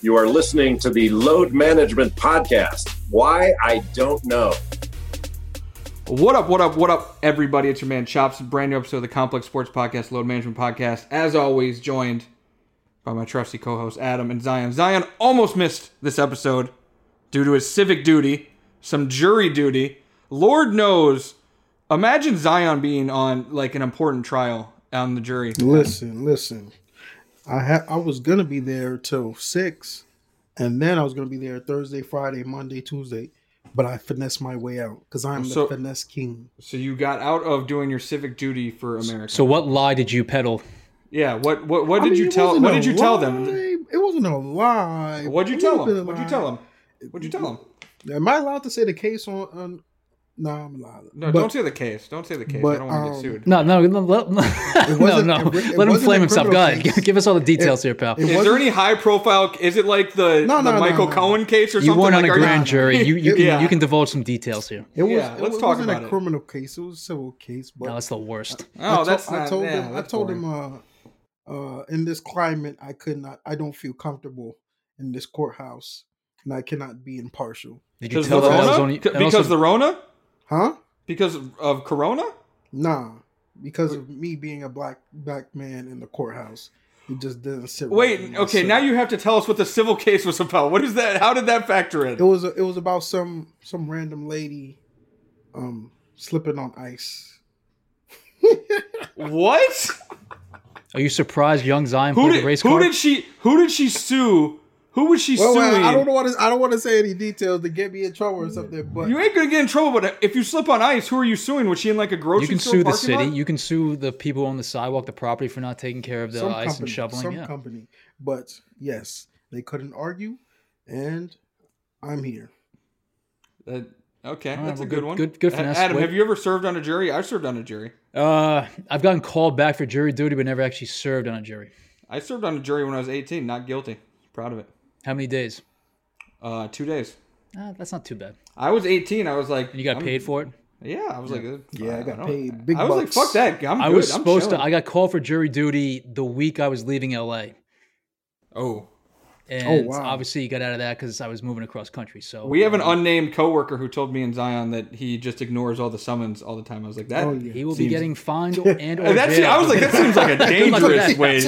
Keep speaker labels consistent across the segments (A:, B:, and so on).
A: You are listening to the Load Management Podcast. Why? I don't know.
B: What up, what up, what up, everybody? It's your man Chops, brand new episode of the Complex Sports Podcast, Load Management Podcast. As always, joined by my trusty co host Adam and Zion. Zion almost missed this episode due to his civic duty, some jury duty. Lord knows, imagine Zion being on like an important trial on the jury.
C: Listen, listen. I ha- I was gonna be there till six, and then I was gonna be there Thursday, Friday, Monday, Tuesday, but I finessed my way out because I'm
B: So-
C: the finesse king.
B: So you got out of doing your civic duty for America.
D: So what lie did you peddle?
B: yeah, what what what did
C: I mean,
B: you
C: it
B: tell
C: wasn't
B: what
C: a
B: did you tell them?
C: lie. It wasn't a lie.
B: What'd you
C: It
B: tell
C: wasn't a
B: them? What'd you
C: lie.
B: tell them? What'd you tell them?
C: Am I allowed to say the case on? on no, I'm not.
B: No,
C: But
B: don't say the case. Don't say the case. I
C: but,
B: don't want to
C: um,
B: get sued.
D: No, no, no, let- no,
C: wasn't
D: no.
C: a- it
D: Let him
C: wasn't a
D: flame himself. Go
C: criminal
D: ahead.
C: case.
D: Give us all the details here, pal.
C: it
B: Is there
C: wasn't-
B: any high profile? Is it like the,
C: No,
B: the
C: no, no,
B: Michael
C: no.
B: Cohen case or
D: You
B: something?
D: weren't on
B: like,
D: a
B: are-
D: grand jury. You you, can,
B: Yeah.
D: you can divulge some details here.
C: It was.
B: Yeah,
C: it
B: let's
C: was-
B: talk
C: wasn't
B: about
C: a
B: it.
C: criminal case. It was a civil case, but
D: No, that's the worst.
C: I
B: Oh,
C: to-
B: that's not.
C: I told
B: yeah,
C: him. I
B: that's
C: told
B: boring.
C: him. Uh, uh, in this climate, I could not. I don't feel comfortable in this courthouse, and I cannot be impartial.
D: Did you
B: because
D: tell
B: the
D: them that was
B: Rona.
D: only
B: C-
D: and
B: because
D: also-
B: the Rona.
C: Huh?
B: Because of Corona.
C: Nah, because of me being a black black man in the courthouse, it just didn't sit. right with
B: Wait.
D: Mm,
C: me,
B: Okay.
C: so-
B: Now you have to tell us what the civil case was about. What is that? How did that factor
C: It
B: in?
C: was it was about some some random lady, um, slipping on ice.
B: What?
D: Are you surprised young Zion
B: Who
D: played the
B: did?
D: race
B: Who
D: card?
B: did she? Who did she sue? Who was she
C: Well, well,
B: suing?
C: I don't want to. I don't want to say any details to get me in trouble or something. But
B: you ain't gonna get in trouble. But if you slip on ice, who are you suing? Was she in like a grocery
D: you can
B: store
D: sue the
B: parking
D: city.
B: lot?
D: You can sue the people on the sidewalk, the property for not taking care of the ice and shoveling.
C: some
D: Yeah.
C: company. But yes, they couldn't argue, and I'm here.
B: That, Uh, okay,
D: All right,
B: that's a good,
D: well, good-
B: one.
D: good- good
B: A-
D: finesse.
B: Adam,
D: Wait.
B: have you ever served on a jury? I've served on a jury.
D: Uh, I've gotten called back for jury duty, but never actually served on a jury.
B: I served on a jury when I was 18. Not guilty. Proud of it.
D: How many days?
B: Uh, two days.
D: Uh, that's not too bad.
B: I was 18. I was like,
D: And you got
B: I'm-
D: paid for it.
B: Yeah, I was like,
C: Yeah, I got
B: don't-
C: paid big
B: I was like,
C: bucks.
B: fuck that. I'm
D: I
B: good,
D: was
B: I'm
D: supposed to.
B: chilling.
D: I got called for jury duty the week I was leaving LA.
B: oh,
D: And
C: wow.
D: obviously, you got out of that because I was moving across country. So
B: we have an unnamed coworker who told me in Zion that he just ignores all the summons all the time. I was like, that.
C: Oh yeah.
D: He will be
B: Seems-
D: getting fined or, and or
B: And that's,
D: jailed.
B: I was like, that seems like a dangerous way.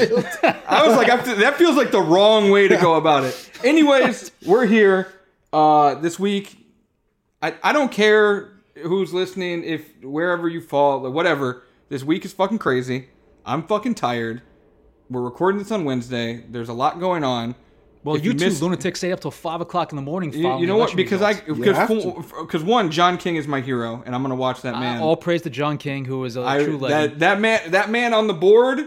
B: I was like, I feel- that feels like the wrong way to go about it. Anyways, we're here uh, this week. I, I don't care who's listening, if wherever you fall, like, whatever. This week is fucking crazy. I'm fucking tired. We're recording this on Wednesday. There's a lot going on.
D: well,
B: if
D: you,
B: you
D: two
B: missed-
D: lunatics stayed up till five o'clock in the morning.
B: You,
D: following
B: you know
D: the
B: what?
D: election
B: Because I
D: results.
B: because
C: have
B: full- because one, John King is my hero, and I'm gonna watch that man.
D: Uh, all praise to John King, who is a
B: I-
D: true
B: that
D: legend.
B: that man that man on the board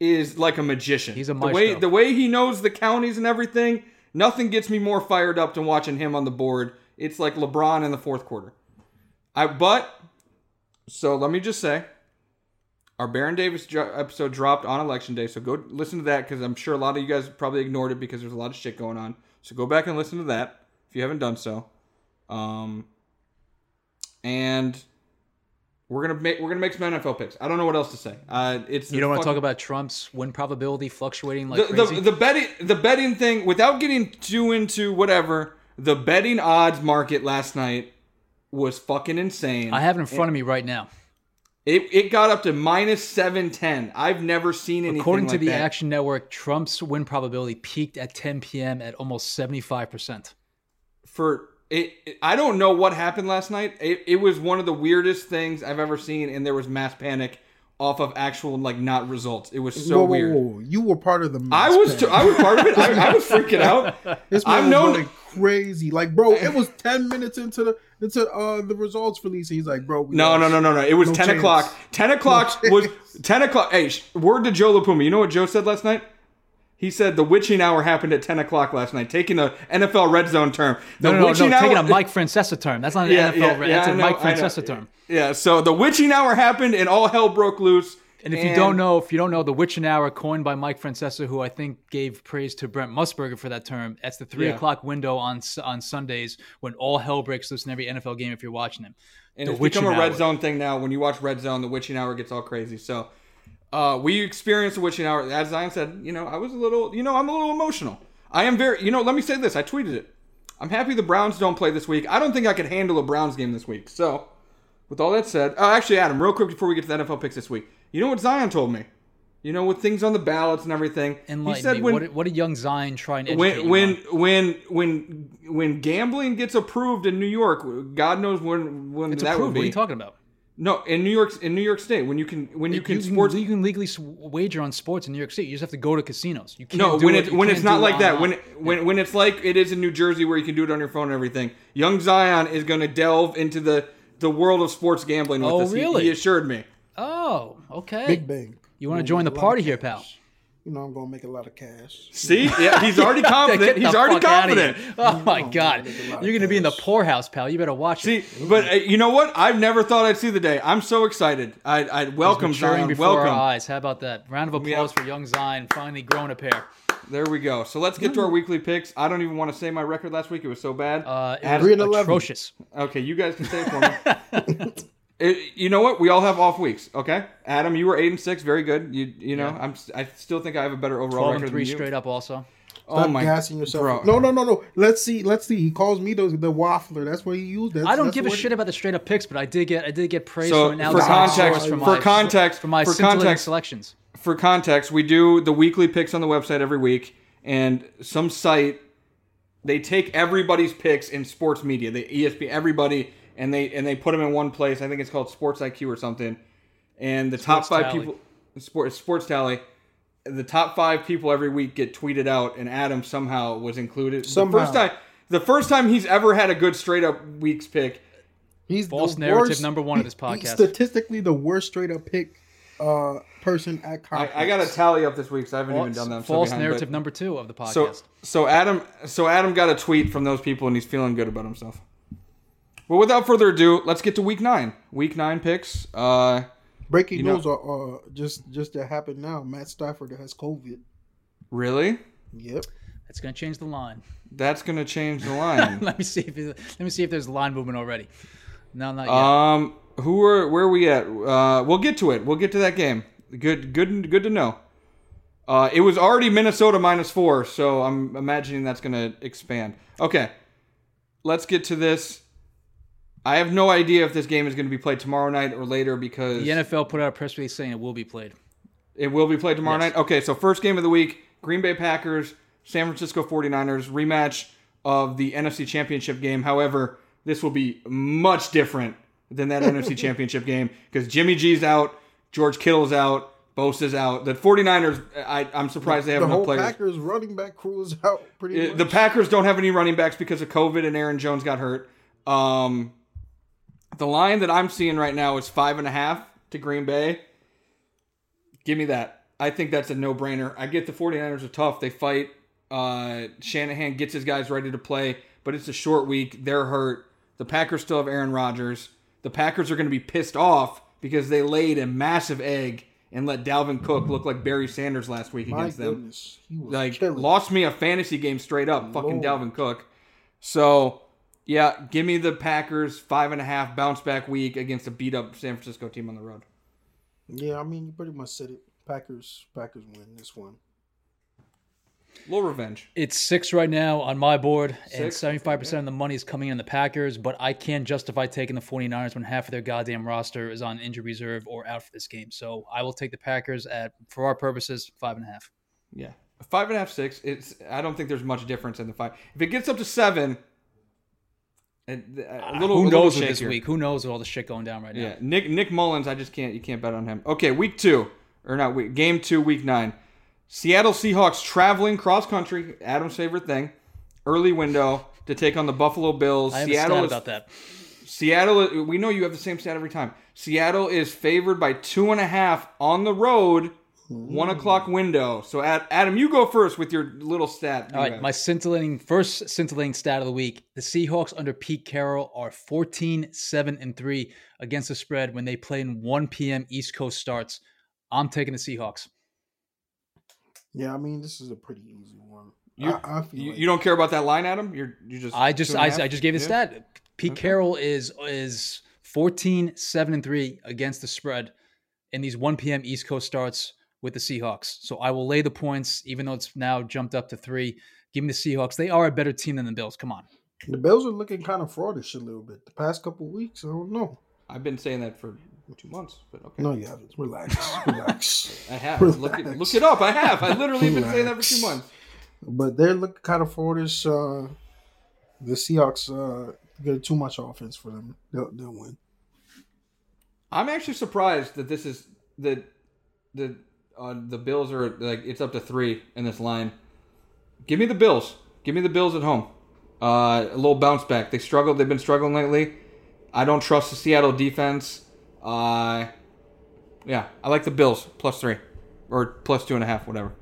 B: is like a magician.
D: He's a
B: the way
D: maestro.
B: the way he knows the counties and everything. Nothing gets me more fired up than watching him on the board. It's like LeBron in the fourth quarter. I but so let me just say, our Baron Davis jo- episode dropped on election day, so go listen to that because I'm sure a lot of you guys probably ignored it because there's a lot of shit going on. So go back and listen to that if you haven't done so. Um, and we're gonna make we're gonna make some NFL picks. I don't know what else to say. Uh, it's
D: you don't want to
B: fucking-
D: talk about Trump's win probability fluctuating like
B: the,
D: crazy.
B: the, the betting the betting thing without getting too into whatever the betting odds market last night was fucking insane.
D: I have it in front of me right now.
B: It, it got up to minus seven ten. I've never seen anything
D: According to
B: like
D: the
B: that.
D: Action Network, Trump's win probability peaked at 10 p.m. at almost 75 percent.
B: for it, it- I don't know what happened last night. It, it was one of the weirdest things I've ever seen, and there was mass panic off of actual like not results. It was so
C: whoa, whoa,
B: weird.
C: whoa! You were part of the.
B: I
C: mass
B: was
C: panic.
B: too, I was part of it. I, I was freaking out.
C: This
B: I'm
C: man was
B: known-
C: going crazy, like bro. It was ten minutes into the into uh the results release. and He's like, bro. We
B: No, no, no, no, no. It was
C: No
B: ten
C: chance.
B: o'clock. Ten o'clock
C: No
B: was
C: chance.
B: ten o'clock. Hey, sh- word to Joe Lapuma. You know what Joe said last night? He said the witching hour happened at 10 o'clock last night, taking the NFL red zone term. The
D: No, no, no,
B: witching
D: no, taking
B: hour-
D: a Mike Francesa term. That's not an
B: Yeah,
D: NFL.
B: yeah,
D: right?
B: yeah,
D: that's
B: I
D: a
B: know,
D: Mike
B: I know.
D: Francesa term.
B: Yeah, so the witching hour happened and all hell broke loose.
D: And if you don't know, if you don't know, the witching hour coined by Mike Francesa, who I think gave praise to Brent Musburger for that term. That's the three
B: Yeah.
D: o'clock window on S- on Sundays when all hell breaks loose in every NFL game. If you're watching him,
B: And
D: The
B: it's become a
D: witching
B: red
D: hour.
B: zone thing now. When you watch red zone, the witching hour gets all crazy. So uh, we experienced the witching hour. As Zion said, you know, I was a little, you know, I'm a little emotional. I am very, you know, let me say this. I tweeted it. I'm happy the Browns don't play this week. I don't think I could handle a Browns game this week. So with all that said, oh, actually, Adam, real quick before we get to the NFL picks this week, you know what Zion told me? You know, with things on the ballots and everything.
D: enlighten
B: he said
D: me.
B: when,
D: what, did- what did young Zion try and educate
B: when when
D: you on?
B: when when when gambling gets approved in New York, God knows when when
D: It's
B: that
D: approved.
B: would be.
D: What are you talking about?
B: No, in New York, in New York State, when you can when you
D: You can,
B: can sports.
D: you can legally s- wager on sports in New York City. You just have to go to casinos. You can't
B: No,
D: do
B: when
D: it,
B: it,
D: you
B: when
D: can't
B: it's
D: do
B: not
D: it
B: like that, when
D: online.
B: when when it's like it is in New Jersey where you can do it on your phone and everything. Young Zion is going to delve into the the world of sports gambling with
D: Oh,
B: us. He-
D: really?
B: He, assured me.
D: oh, okay.
C: Big bang.
D: You want to
C: Gonna
D: join the
C: make a lot
D: party
C: of
D: here, pal?
C: cash. You know I'm gonna make a lot of cash.
B: See, yeah, he's already confident.
D: Get
B: He's
D: the
B: already
D: fuck outta here.
B: confident.
D: Oh my
C: No,
D: god,
C: there's a
D: you're
C: lot of
D: going to be in the
C: cash.
D: poorhouse, pal. You better watch
B: See,
D: it.
B: but uh, you know what? I've never thought I'd see the day. I'm so excited. I, I welcome
D: Maturing
B: Zion.
D: before our
B: Welcome.
D: eyes. How about that? Round of applause
B: Yeah.
D: for young Zion, finally growing a pair.
B: There we go. So let's get to our weekly picks. I don't even want to say my record last week. It was so bad.
D: Uh, it
C: Three
D: was
C: and eleven.
D: atrocious.
B: Okay, you guys can say it for me. It- you know what? We all have off weeks. Okay, Adam, you were eight and six, very good. You you know, I'm s- I still think I have a better overall
D: Twelve
B: record
D: and three
B: than you.
D: straight up. Also,
B: Oh
C: Stop
B: my,
C: gassing yourself.
B: bro.
C: No, no, no, no. Let's see. Let's see. He calls me the, the waffler. That's what he used. That's,
D: I don't
C: that's
D: give a
C: what-
D: shit about the straight up picks, but I did get I did get praise
B: So,
D: from an
B: for
D: outside
C: context-
D: source for
C: for
D: my
B: context-
D: for my
B: for
D: scintillating
B: context-
D: selections.
B: For context, we do the weekly picks on the website every week, and some site they take everybody's picks in sports media, E the ESP, everybody, and they and they put them in one place. I think it's called Sports IQ or something. And the top
D: Sports
B: five
D: Tally.
B: people, sports sports tally. the top five people every week get tweeted out, and Adam somehow was included.
C: Somehow.
B: The first time, the first time he's ever had a good straight up weeks pick.
C: He's
D: False
C: the
D: narrative
C: worst-
D: number one of
C: he-
D: this podcast.
C: he's statistically, the worst straight up pick uh, person at
B: I,
C: conference.
B: I got to tally up this week, so I haven't even done that. I'm so
D: False
B: behind,
D: narrative
B: but-
D: number two of the podcast.
B: So, so Adam, so Adam got a tweet from those people, and he's feeling good about himself. Well, without further ado, let's get to week nine. Week nine picks. Uh,
C: breaking
B: know-
C: news. Are, uh, just just that happened now. Matt Stafford has COVID.
B: really?
C: Yep.
D: That's gonna change the line.
B: That's gonna change the line.
D: Let me see if let me see if there's line movement already. No, not yet.
B: um, who are where are we at? Uh, we'll get to it. We'll get to that game. Good, good, good to know. Uh, it was already Minnesota minus four, so I'm imagining that's gonna expand. Okay, let's get to this. I have no idea if this game is going to be played tomorrow night or later because
D: the NFL put out a press release saying it will be played.
B: It will be played tomorrow
D: Yes.
B: night. Okay, so first game of the week Green Bay Packers, San Francisco 49ers, rematch of the NFC Championship game. However, this will be much different than that NFC Championship game because Jimmy G's out, George Kittle's out, Bosa's out. The 49ers, I, I'm surprised they have
C: The
B: no
C: whole
B: players.
C: Packers running back crew is out. Pretty
B: Uh,
C: much.
B: the Packers don't have any running backs because of COVID and Aaron Jones got hurt. Um, the line that I'm seeing right now is five and a half to Green Bay. Give me that. I think that's a no brainer. I get the 49ers are tough. They fight. Uh, Shanahan gets his guys ready to play, but it's a short week. They're hurt. The Packers still have Aaron Rodgers. The Packers are going to be pissed off because they laid a massive egg and let Dalvin Cook look like Barry Sanders last week
C: My
B: against them
C: goodness, he was
B: like
C: killing.
B: lost me a fantasy game straight up. Fucking
C: Lord.
B: Dalvin Cook. So yeah, give me the Packers five and a half bounce back week against a beat up San Francisco team on the road.
C: Yeah, I mean, you pretty much said it. Packers, Packers win this one.
B: Little revenge.
D: It's six right now on my board, and
B: Six?
D: 75% of the money is coming in the Packers, but I can't justify taking the 49ers when half of their goddamn roster is on injury reserve or out for this game. So I will take the Packers at, for our purposes, five and a half.
B: Yeah, five and a half, six. It's I don't think there's much difference in the five. If it gets up to seven, a, a little a
D: Uh, Who
B: little
D: knows with this
B: shakier.
D: week? Who knows with all the shit going down right now?
B: Yeah, Nick Nick Mullins. I just can't. You can't bet on him. Okay, week two or not? Week, game two, week nine. Seattle Seahawks traveling cross country. Adam's favorite thing. Early window to take on the Buffalo Bills.
D: I have
B: Seattle
D: a stat
B: is
D: about that.
B: Seattle. We know you have the same stat every time. Seattle is favored by two and a half on the road One o'clock window. So, Ad- Adam, you go first with your little stat. you
D: All right,
B: have.
D: my scintillating first scintillating stat of the week. The Seahawks under Pete Carroll are 14 7 and 3 against the spread when they play in 1 p.m. East Coast starts. I'm taking the Seahawks.
C: Yeah, I mean this is a pretty easy one.
B: you,
C: I, I feel
B: you,
C: like-
B: you don't care about that line, Adam. You're you just.
D: I just
B: two and
D: I,
B: a half?
D: I just gave the
B: Yeah.
D: stat. Pete Carroll is is 14 7 and 3 against the spread in these 1 p.m. East Coast starts with the Seahawks. So I will lay the points even though it's now jumped up to 3. Give me the Seahawks. They are a better team than the Bills. Come on.
C: the Bills are looking kind of fraudish a little bit the past couple weeks. I don't know.
B: I've been saying that for two months, but okay.
C: No, you haven't. Relax, relax.
B: I have. Look it, look it up. I have. I literally been saying that for two months.
C: But they're looking kind of fraudish. Uh, the Seahawks uh, get too much offense for them. They'll, they'll win.
B: I'm actually surprised that this is that the uh, the Bills are like it's up to three in this line. Give me the Bills. Give me the Bills at home. Uh, a little bounce back. They struggled. They've been struggling lately. I don't trust the Seattle defense. Uh, yeah, I like the Bills plus three or plus two and a half, whatever.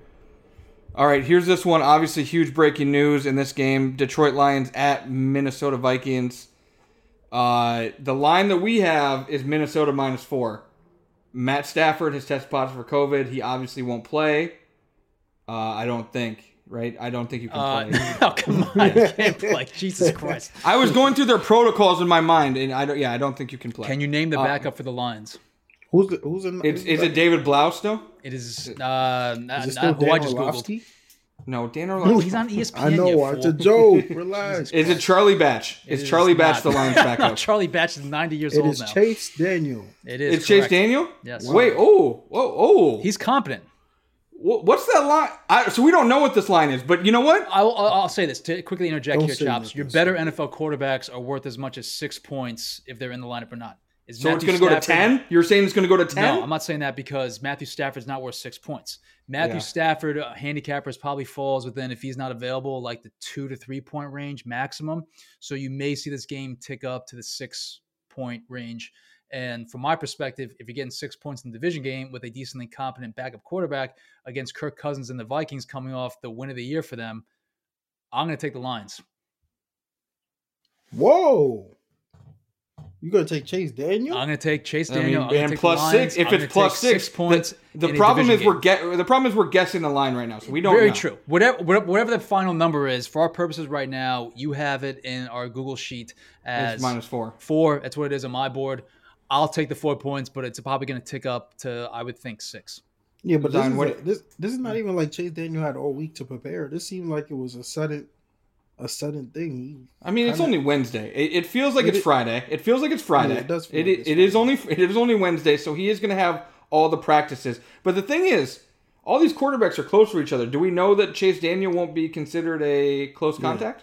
B: All right, here's this one. Obviously, huge breaking news in this game: Detroit Lions at Minnesota Vikings. Uh, the line that we have is Minnesota minus four. Matt Stafford has tested positive for COVID. He obviously won't play. Uh, I don't think, right? I don't think you can
D: Uh,
B: play.
D: no, come on. You can't play. Jesus Christ.
B: I was going through their protocols in my mind, and I don't. Yeah, I don't think you can play.
D: Can you name the
C: Uh,
D: backup for the Lions?
C: Who's the, who's in?
B: It's, is it David Blouse though?
D: It is uh, not,
C: Is it
D: not who I
C: Dan
D: just googled.
C: Orlovsky?
B: No, Dan
D: No,
B: Orlovsky.
D: he's on E ESPN.
C: I know.
D: you
C: It's
D: fool.
C: a joke. Relax.
B: Is it Charlie Batch?
D: It
B: Is, Charlie Batch
D: not.
B: the Lions
D: No,
B: backup?
D: Charlie Batch is 90 years
C: It
D: old
C: is
D: now.
C: Chase Daniel.
D: it is.
B: It's Chase
D: correct.
B: Daniel.
D: Yes.
B: Wait. Oh. Oh. Oh. He's.
D: He's competent.
B: What's that line? I, so we don't know what this line is, but you know what?
D: I'll, I'll I'll say this to quickly interject
C: Don't
D: here,
C: say
D: Chops.
C: nothing,
D: Your
C: don't
D: better NFL quarterbacks are worth as much as six points if they're in the lineup or not. Is
B: So it's
D: Matthew
B: going to go to
D: Stafford-
B: ten. You're saying it's going to go to ten?
D: No, I'm not saying that because Matthew Stafford's not worth six points. Matthew
B: Yeah.
D: Stafford uh, handicappers probably falls within if he's not available, like the two to three point range maximum. So you may see this game tick up to the six point range. And from my perspective, if you're getting six points in the division game with a decently competent backup quarterback against Kirk Cousins and the Vikings coming off the win of the year for them, I'm going to take the lines.
C: Whoa. You gonna take Chase
D: I'm
C: Daniel?
D: going to take Chase
B: I mean,
D: Daniel. I'm gonna
B: and
D: take the
B: plus
D: Lions.
B: six. If
D: I'm gonna
B: it's plus
D: take
B: six, the-
D: points.
B: The,
D: in a
B: problem
D: division
B: is we're
D: game.
B: get. The problem is we're guessing the line right now, so we don't.
D: Very
B: know.
D: true. Whatever, whatever whatever the final number is for our purposes right now, you have it in our Google sheet as
B: It's minus four.
D: four. That's what it is on my board. I'll take the four points, but it's probably going to tick up to I would think six.
C: yeah, but this
B: Zion,
C: is,
B: what-
C: a- this this is not even like Chase Daniel had all week to prepare. This seemed like it was a sudden a sudden thing.
B: I mean, it's only Wednesday. It, it feels like it's
C: it-
B: Friday. It feels like it's Friday.
C: Yeah, it does feel
B: It,
C: like
B: i-
C: it's
B: it is only it is only Wednesday, so he is going to have all the practices. But the thing is, all these quarterbacks are close to each other. Do we know that Chase Daniel won't be considered a close contact?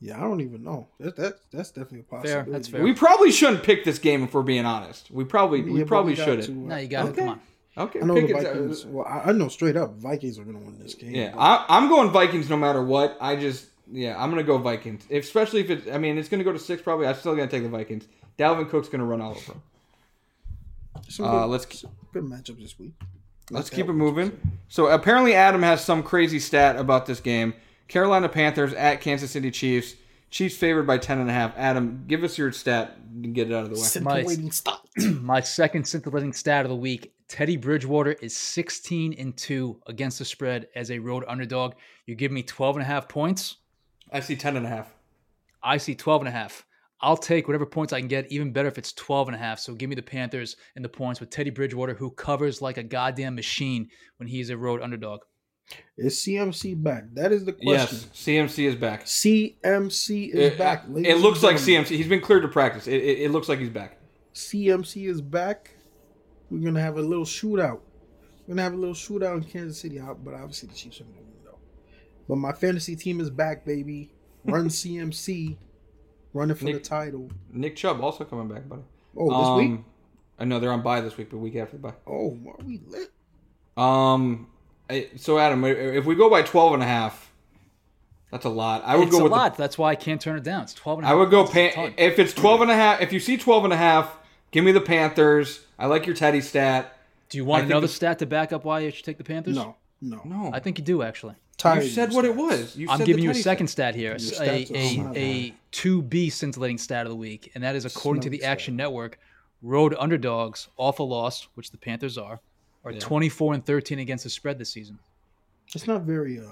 C: Yeah, I don't even know. That, that that's definitely a possibility.
D: that's fair.
B: We probably shouldn't pick this game if we're being honest. We probably
C: Yeah,
B: we
C: but
B: probably
C: got
B: shouldn't.
C: to, uh,
D: No, you got it. Come on.
B: Okay,
C: I know
B: pick
C: the
B: it- uh,
C: Vikings. Well, I, I know straight up Vikings are gonna win this game.
B: Yeah,
C: but
B: I, I'm going Vikings no matter what. I just, yeah, I'm gonna go Vikings, especially if it's. I mean, it's gonna go to six probably. I'm still gonna take the Vikings. Dalvin Cook's gonna run all over. 'em.
C: some
B: Uh,
C: good,
B: let's
C: good matchup this week.
B: let's keep it moving. So apparently, Adam has some crazy stat about this game. Carolina Panthers at Kansas City Chiefs. Chiefs favored by ten and a half. Adam, give us your stat and get it out of the way.
C: Scintillating stop.
D: My second scintillating stat of the week: Teddy Bridgewater is 16 and two against the spread as a road underdog. You give me 12 and a half points.
B: I see ten and a half.
D: I see 12 and a half. I'll take whatever points I can get, even better if it's 12 and a half. So give me the Panthers and the points with Teddy Bridgewater, who covers like a goddamn machine when he's a road underdog.
C: Is CMC back? That is the question.
B: Yes, CMC is back.
C: CMC is
B: It-
C: back. ladies
B: It
C: and
B: looks like
C: gentlemen.
B: CMC. He's been cleared to practice. It, it, it looks like he's back.
C: CMC is back. We're gonna have a little shootout. We're gonna have a little shootout in Kansas City, uh, but obviously the Chiefs are gonna win though. But my fantasy team is back, baby. Run CMC, running for the
B: Nick-
C: title.
B: Nick Chubb also coming back, buddy. um,
C: Oh, this week.
B: I know uh, they're on bye this week, but week after the bye.
C: Oh, are we lit?
B: Um, I- so Adam, i- if we go by 12 and a half, that's a lot. I would
D: It's
B: go
D: a
B: with the-
D: lot. That's why I can't turn it down. It's 12 and a
B: I
D: half.
B: would go
D: points. It's a
B: pan- eh,
D: ton.
B: if it's 12 and a half, if you see 12 and a half, give me the Panthers. I like your Teddy stat.
D: Do you
B: I
D: want
B: think
D: another
B: the-
D: stat to back up why you should take the Panthers?
C: No, no,
B: No,
D: I think you do actually.
C: Tired
B: you
C: of
B: said
C: these
B: what it
C: stats.
B: was. You
D: I'm
B: said the
D: giving you a
B: Teddy
D: second
B: stat.
D: stat here,
C: Your
D: a,
C: stats are
D: a,
C: so bad.
D: a 2B scintillating stat of the week, and that is according to
C: Smelly
D: the Action Network, road underdogs off a loss, which the Panthers are, are 24 and 13 against the spread this season.
C: It's not very. uh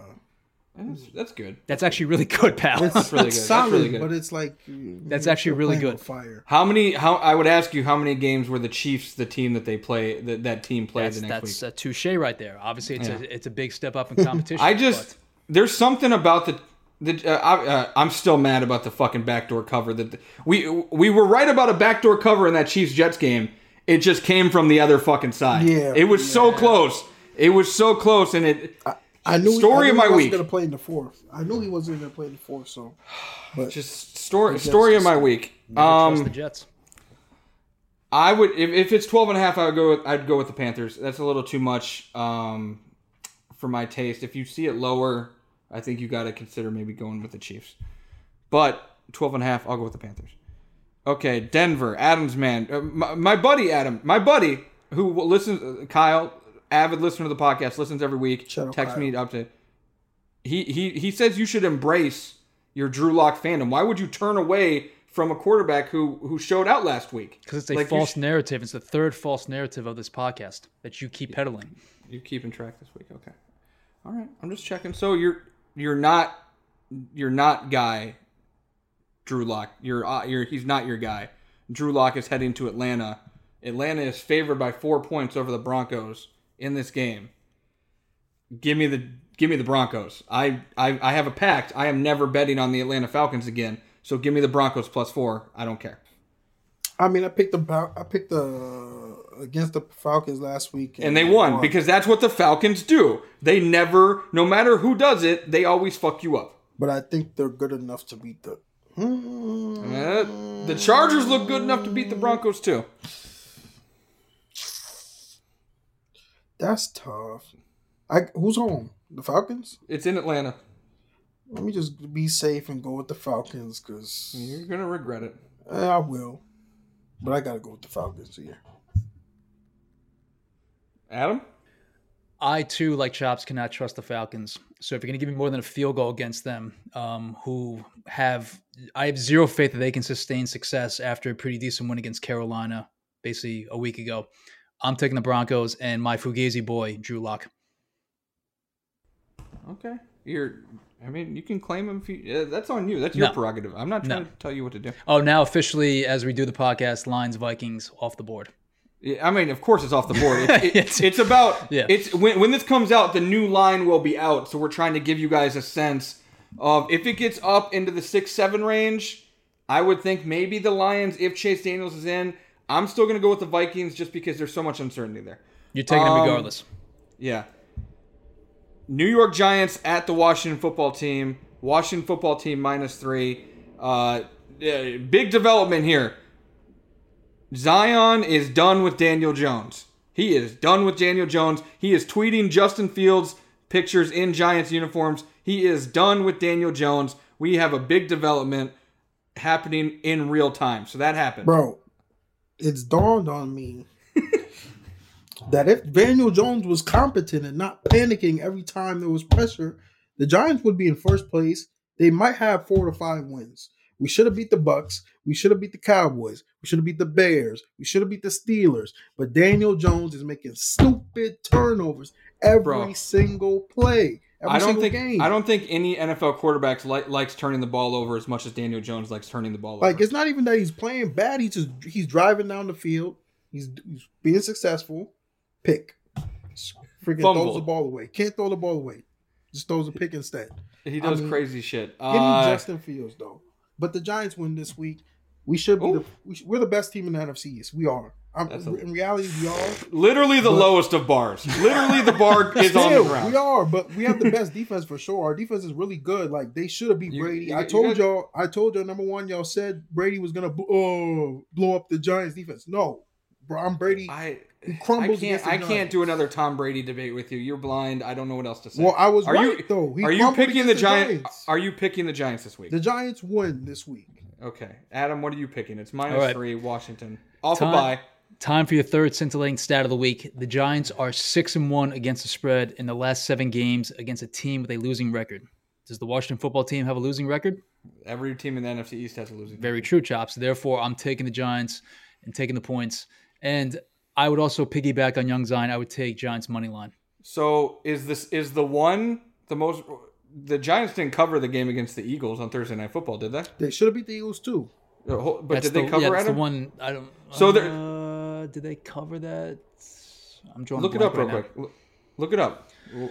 B: That's, that's good.
D: That's actually really good, pal.
C: It's,
B: really
C: it's
B: good. That's
C: solid,
B: really good.
C: but it's like
D: That's
C: you're
D: actually really
C: playing
D: good.
C: with Fire.
B: How many? How I would ask you how many games were the Chiefs the team that they play that that team played
D: that's
B: the next
D: that's
B: week?
D: a touche right there. Obviously, it's a it's a big step up in competition.
B: I just there's something about the. The, uh, I, uh, I'm still mad about the fucking backdoor cover that the, we we were right about a backdoor cover in that Chiefs Jets game. It just came from the other fucking side.
C: Yeah.
B: it was so close. It was so close, and it
C: I knew
B: Story
C: I knew
B: of my
C: he wasn't
B: week.
C: Going to play in the fourth. I knew he wasn't going to play in the fourth. So, but
B: just story story of my week. Um,
D: trust the Jets.
B: I would if, if it's 12 and a half I would go with, I'd go with the Panthers. That's a little too much um, for my taste. If you see it lower, I think you got to consider maybe going with the Chiefs. But 12 and a half, I'll go with the Panthers. Okay, Denver, Adams man. Uh, my, my buddy Adam, my buddy who listens uh, Kyle, avid listener of the podcast, listens every week,
C: Shout out
B: texts
C: Kyle.
B: me up to he he he says you should embrace your Drew Lock fandom. Why would you turn away from a quarterback who who showed out last week?
D: Because it's a
B: Like, you
D: false
B: sh-
D: narrative. It's the third false narrative of this podcast that you keep peddling.
B: You're keeping track this week. Okay. All right. I'm just checking. So you're you're not you're not guy Drew Lock. You're uh, you're he's not your guy. Drew Lock is heading to Atlanta. Atlanta is favored by 4 points over the Broncos in this game. Give me the give me the Broncos. I I I have a pact. I am never betting on the Atlanta Falcons again. So give me the Broncos plus 4. I don't care.
C: I mean, I picked the Bro- I picked the against the Falcons last week,
B: And they won because that's what the Falcons do. They never no matter who does it, they always fuck you up.
C: But I think they're good enough to beat the. Hmm.
B: Uh, the Chargers look good enough to beat the Broncos too.
C: That's tough. I who's home? The Falcons.
B: It's in Atlanta.
C: Let me just be safe and go with the Falcons because
B: You're gonna regret it.
C: I will. But I gotta go with the Falcons here.
B: Adam,
D: I too, like Chops, cannot trust the Falcons. So if you're going to give me more than a field goal against them, um, who have I have zero faith that they can sustain success after a pretty decent win against Carolina, basically a week ago. I'm taking the Broncos and my Fugazi boy Drew Lock.
B: okay. You're. I mean, you can claim him. If you, uh, that's on you. That's your
D: No.
B: prerogative. I'm not trying
D: No.
B: to tell you what to do.
D: Oh, now officially, as we do the podcast, Lions Vikings off the board.
B: Yeah, I mean, of course, it's off the board. It, it-
D: Yes.
B: it's about.
D: Yeah.
B: It's when when this comes out, the new line will be out. So we're trying to give you guys a sense of if it gets up into the six seven range. I would think maybe the Lions, if Chase Daniels is in. I'm still gonna go with the Vikings just because there's so much uncertainty there.
D: You're taking
B: Um,
D: them regardless.
B: Yeah. New York Giants at the Washington football team. Washington football team minus three. Uh, yeah, big development here. Zion is done with Daniel Jones. He is done with Daniel Jones. He is tweeting Justin Fields pictures in Giants uniforms. He is done with Daniel Jones. We have a big development happening in real time. So that happened.
C: Bro, it's dawned on me that if Daniel Jones was competent and not panicking every time there was pressure, the Giants would be in first place. They might have four to five wins. We should have beat the Bucks. We should have beat the Cowboys. We should have beat the Bears. We should have beat the Steelers. But Daniel Jones is making stupid turnovers every
B: Bro.
C: single play. Every
B: I don't
C: single
B: think
C: game.
B: I don't think any NFL quarterbacks li- likes turning the ball over as much as Daniel Jones likes turning the ball
C: Like
B: over.
C: it's not even that he's playing bad. He's just he's driving down the field. He's, he's being successful. Pick. Freaking
B: Fumble.
C: throws the ball away. Can't throw the ball away. Just throws a pick instead.
B: he does
C: I mean,
B: crazy shit.
C: Give
B: Uh,
C: me Justin Fields though. But the Giants win this week. We should be. The,
B: Ooh.
C: we should, we're the best team in the NFC East. We are. I'm,
B: That's a-
C: in reality, we are.
B: literally the lowest of bars. Literally the bar is on the
C: Still,
B: ground.
C: we are, but we have the best defense for sure. Our defense is really good. Like they should have beat
B: You-
C: Brady.
B: you-
C: I
B: you
C: told
B: got-
C: y'all. I told y'all. Number one, y'all said Brady was gonna bl- oh, blow up the Giants defense. No, bro, I'm Brady.
B: I,
C: He
B: I
C: crumbles against
B: can't
C: the
B: I can't
C: Giants.
B: do another Tom Brady debate with you. You're blind. I don't know what else to say.
C: Well, I was
B: are
C: right
B: you,
C: though. He
B: are you
C: crumbled
B: picking the,
C: against the
B: Giant-
C: Giants.
B: Are you picking the Giants this week?
C: the Giants won this week.
B: okay, Adam, what are you picking? It's minus
D: All right.
B: three. Washington off a
D: Time-
B: bye.
D: Time for your third scintillating stat of the week. The Giants are six and one against the spread in the last seven games against a team with a losing record. Does the Washington football team have a losing record?
B: Every team in the NFC East has a losing.
D: Very true, Chops. Therefore, I'm taking the Giants and taking the points. And I would also piggyback on Young Zion. I would take Giants money line.
B: So is this is the one the most? The Giants didn't cover the game against the Eagles on Thursday Night Football, did they?
C: They should have beat the Eagles too.
B: Uh, ho- But
D: That's
B: did they
D: the,
B: cover
D: yeah,
B: at
D: that's the
B: him?
D: one. I don't.
B: So there-
D: uh, did they cover that? I'm drawing. a
B: Look it
D: blank
B: up real
D: right now.
B: quick. Look- Look it up. L-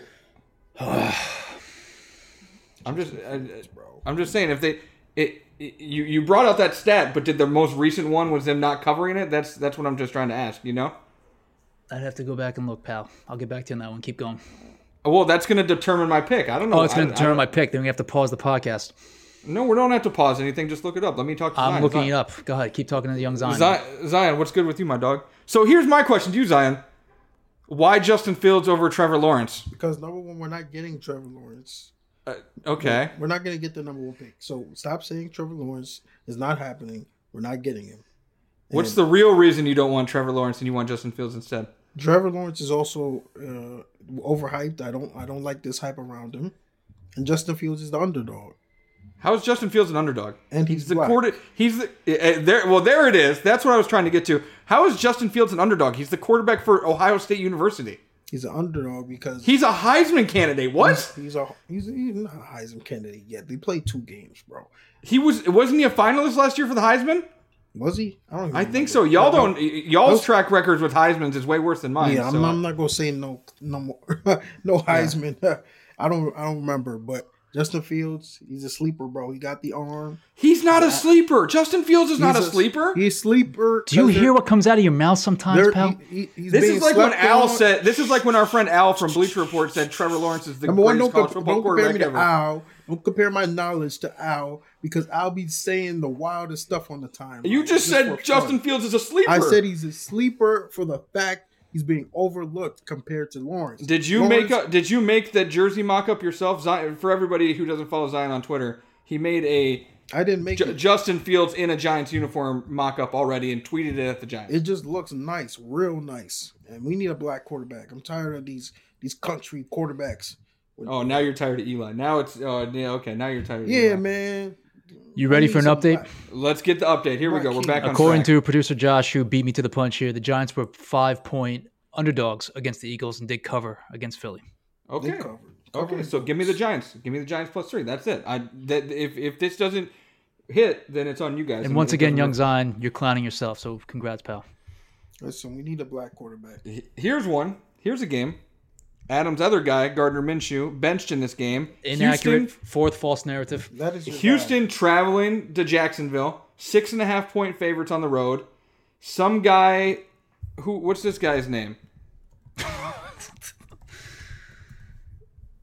B: I'm just, I, I- I'm just saying if they, it, it- you you brought out that stat, but did the most recent one was them not covering it? That's that's what I'm just trying to ask. You know.
D: I'd have to go back and look, pal. I'll get back to you on that one. Keep going.
B: Well, that's going to determine my pick. I don't know.
D: Oh, it's going
B: I-
D: to
B: I-
D: determine my pick. Then we have to pause the podcast.
B: No, we don't have to pause anything. Just look it up. Let me talk to
D: I'm
B: Zion.
D: looking
B: Zion.
D: it up. Go ahead. Keep talking to young Zion.
B: Zion, Zion, what's good with you, my dog? So here's my question to you, Zion. Why Justin Fields over Trevor Lawrence?
C: Because number one, we're not getting Trevor Lawrence.
B: Okay.
C: We're not going to get the number one pick. So stop saying Trevor Lawrence is not happening. We're not getting him.
B: What's the real reason you don't want Trevor Lawrence and you want Justin Fields instead?
C: Trevor Lawrence is also uh, overhyped. I don't I don't like this hype around him. And Justin Fields is the underdog.
B: How is Justin Fields an underdog?
C: And he's
B: the
C: black.
B: quarter. He's the eh, eh, there. Well, there it is. That's what I was trying to get to. How is Justin Fields an underdog? He's the quarterback for Ohio State University.
C: He's an underdog because
B: He's a Heisman candidate. What?
C: he's a he's, he's not a Heisman candidate yet. They played two games, bro.
B: He was. Wasn't he a finalist last year for the Heisman?
C: Was he? I don't. Even
B: I think
C: remember.
B: so. Y'all don't. y- Y'all's
C: Those-
B: track records with Heisman's is way worse than mine.
C: Yeah, I'm,
B: so-
C: I'm not gonna say no, no more, no Heisman. I don't, I don't remember. But Justin Fields, he's a sleeper, bro. He got the arm.
B: He's not a sleeper. Justin Fields is not a sleeper.
C: He's sleeper.
D: Do you
C: 'cause
D: hear what comes out of your mouth
C: they're-
D: sometimes,
C: they're-
D: pal?
C: he- he- he's
B: This
C: being
B: is like when
C: slept
B: Al
C: on.
B: said. This is like when our friend Al from Bleacher Report said Trevor Lawrence is the
C: Number one,
B: greatest
C: don't,
B: college
C: comp-
B: football
C: don't compare me
B: quarterback
C: to
B: ever.
C: Al. Don't compare my knowledge to Al because I'll be saying the wildest stuff on the time.
B: You just
C: for
B: said
C: fun.
B: Justin Fields is a sleeper.
C: I said he's a sleeper for the fact he's being overlooked compared to Lawrence.
B: Did you
C: Lawrence,
B: make up? Did you make that jersey mock up yourself? Zion, for everybody who doesn't follow Zion on Twitter, he made a
C: I didn't make
B: J-
C: it.
B: Justin Fields in a Giants uniform mock up already and tweeted it at the Giants.
C: It just looks nice, real nice. And we need a black quarterback. I'm tired of these these country quarterbacks.
B: oh, now you're tired of Eli. Now it's oh yeah okay. Now you're tired. Of
C: Yeah,
B: Eli.
C: man.
D: You ready for an update?
B: Let's get the update. Here we go. We're back on
D: According
B: track.
D: to producer Josh, who beat me to the punch here, the Giants were five point underdogs against the Eagles and did cover against Philly.
B: okay.
C: covered.
B: Okay, so give me the Giants. Give me the Giants plus three. That's it. I that if if this doesn't hit, then it's on you guys.
D: And
B: mean,
D: once
B: it
D: again,
B: doesn't
D: Young
B: look-
D: Zion, you're clowning yourself. So congrats, pal.
C: Listen, we need a black quarterback.
B: Here's one. Here's a game. Adam's other guy, Gardner Minshew, benched in this game.
D: Inaccurate fourth false narrative.
C: That is your guy.
B: Houston, Houston traveling to Jacksonville, six and a half point favorites on the road. Some guy who what's this guy's name?
D: Who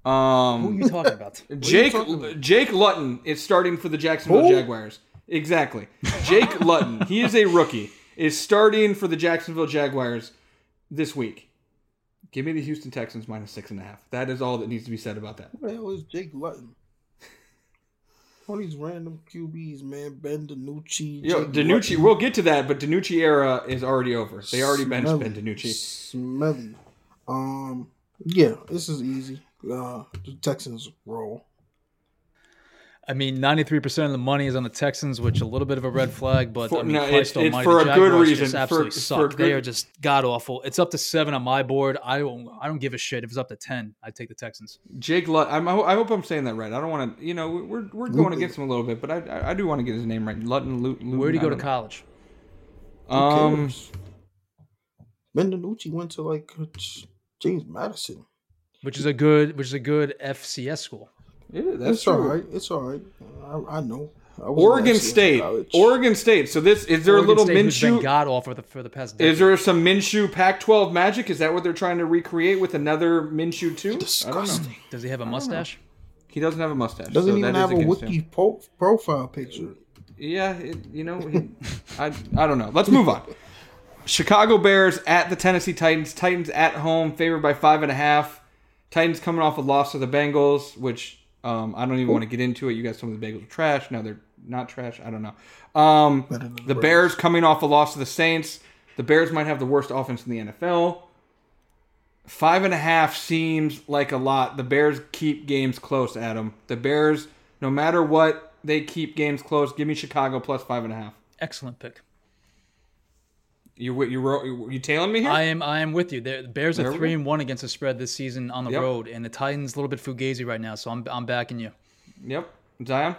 D: are
B: um
D: you talking about?
B: Jake Jake Lutton is starting for the Jacksonville Jaguars. Exactly. Jake Lutton, he is a rookie, is starting for the Jacksonville Jaguars this week. Give me the Houston Texans minus six and a half. That is all that needs to be said about that.
C: Who the hell is Jake Lutton? All these random QBs, man. Ben DiNucci.
B: Yo,
C: Jake
B: Danucci.
C: Lutton.
B: We'll get to that, but Danucci era is already over. They already benched
C: Smelly.
B: Ben Danucci.
C: Smelly. Um, yeah, this is easy. Uh, the Texans roll.
D: I mean, 93% of the money is on the Texans, which a little bit of a red flag, but
B: For-
D: I mean,
B: no,
D: Christ
B: it's- it's
D: almighty,
B: for a
D: the
B: good
D: Jaguars
B: reason.
D: Just
B: For-
D: absolutely
B: for
D: suck.
B: good-
D: They are just god awful. It's up to seven on my board. I don't, I don't give a shit. If it's up to 10, I take the Texans.
B: Jake Lutton. I'm, I ho- I hope I'm saying that right. I don't want to. You know, we're we're going against him a little bit, but I I, I do want to get his name right. Lutton. Lut- Luton,
D: Where do you
B: I
D: go to
B: don't
D: college?
B: know. Um,
C: Ben DiNucci went to like James Madison.
D: Which is a good, which is a good FCS school.
B: yeah, that's
C: It's
B: true.
C: all right. It's all right. I, I know. I was
B: Oregon
C: last year in
B: State.
C: college.
B: Oregon State. So this is there
D: Oregon
B: a little
D: State, who's been
B: Minshew?
D: god awful for the, for the past decade.
B: Is there some Minshew Pac-12 magic? Is that what they're trying to recreate with another Minshew too? I don't know.
C: Disgusting.
D: Does he have a mustache?
B: He doesn't have a mustache.
C: Doesn't
B: so
C: even
B: that is
C: have a
B: against him.
C: wiki po- profile picture.
B: Yeah, it, you know, he- I, I don't know. Let's move on. Chicago Bears at the Tennessee Titans. Titans at home, favored by five and a half. Titans coming off a loss to the Bengals, which um, I don't even want to get into it. You guys, some of the Bengals are trash. Now they're not trash. I don't know. Um, the Bears coming off a loss to the Saints. The Bears might have the worst offense in the NFL. Five and a half seems like a lot. The Bears keep games close, Adam. The Bears, no matter what, they keep games close. Give me Chicago plus five and a half.
D: Excellent pick.
B: You you you, you tailing me here?
D: I am I am with you. They're- The Bears
B: There
D: are
B: we
D: three
B: go.
D: and one against the spread this season on the
B: Yep.
D: road, and the Titans a little bit fugazi right now. So I'm I'm backing you.
B: yep. Zion.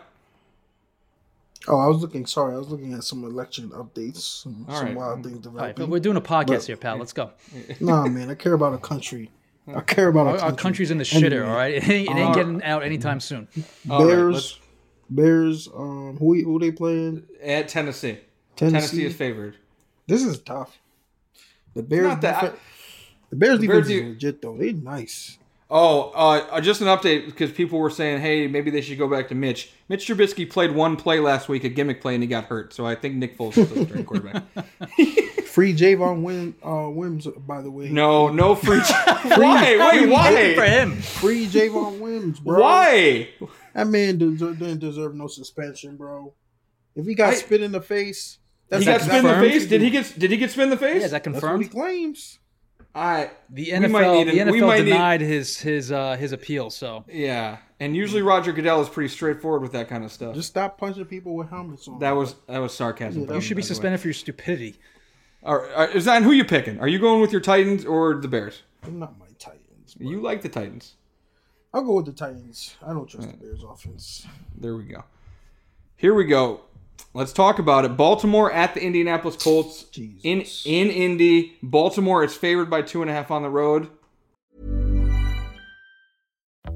C: Oh, I was looking. Sorry, I was looking at some election updates. Some,
B: All
C: some
B: right.
C: wild things
D: All right,
C: developing.
D: we're doing a podcast here, pal. Let's go.
C: Nah, man, I care about a country. I care about a
D: Our,
C: country.
D: our country's in the
C: And
D: shitter. All right, it ain't, it ain't getting out anytime soon.
B: All right,
C: Bears,
B: let's-
C: Bears. Um, who who they playing?
B: at Tennessee.
C: Tennessee.
B: Tennessee is favored.
C: This is tough. The Bears.
B: Not that. I,
C: defen- the Bears
B: the
C: defense
B: Bears
C: is
B: do-
C: legit though. They nice.
B: Oh, uh, just an update because people were saying, "Hey, maybe they should go back to Mitch." Mitch Trubisky played one play last week, a gimmick play, and he got hurt. So I think Nick Foles is the starting quarterback.
C: Free Javon Wim, uh, Wims, by the way.
B: No, no free. why? Wait,
D: Good for
B: why?
D: him.
C: Free Javon Wims, bro.
B: Why?
C: That man deser- didn't deserve no suspension, bro. If he got
B: I-
C: spit in the face,
B: He
C: that's
B: got spin the
D: confirmed?
B: face. Did he get? Did he get spin the face?
D: Yeah, is that
C: That's what he
D: confirmed?
C: claims.
B: I.
D: The
B: We might
D: NFL,
B: need
D: the
B: an- we might
D: NFL
B: need-
D: denied his his uh, his appeal. So
B: Yeah, and usually Roger Goodell is pretty straightforward with that kind of stuff.
C: Just stop punching people with helmets on.
B: that was that was sarcasm.
C: Yeah,
D: you should be
B: by the way.
D: suspended for your stupidity.
B: All right, all right, Zan, who you picking? Are you going with your Titans or the Bears?
C: They're not my Titans. bro.
B: You like the Titans.
C: I'll go with the Titans. I don't trust the Bears offense.
B: There we go. Here we go. Let's talk about it. Baltimore at the Indianapolis Colts in
C: Jesus.
B: in Indy. Baltimore is favored by two and a half on the road.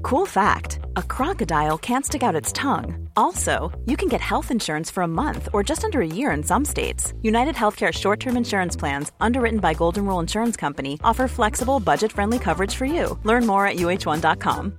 E: Cool fact a crocodile can't stick out its tongue. Also, you can get health insurance for a month or just under a year in some states. United Healthcare short term insurance plans, underwritten by Golden Rule Insurance Company, offer flexible, budget friendly coverage for you. Learn more at uh1.com.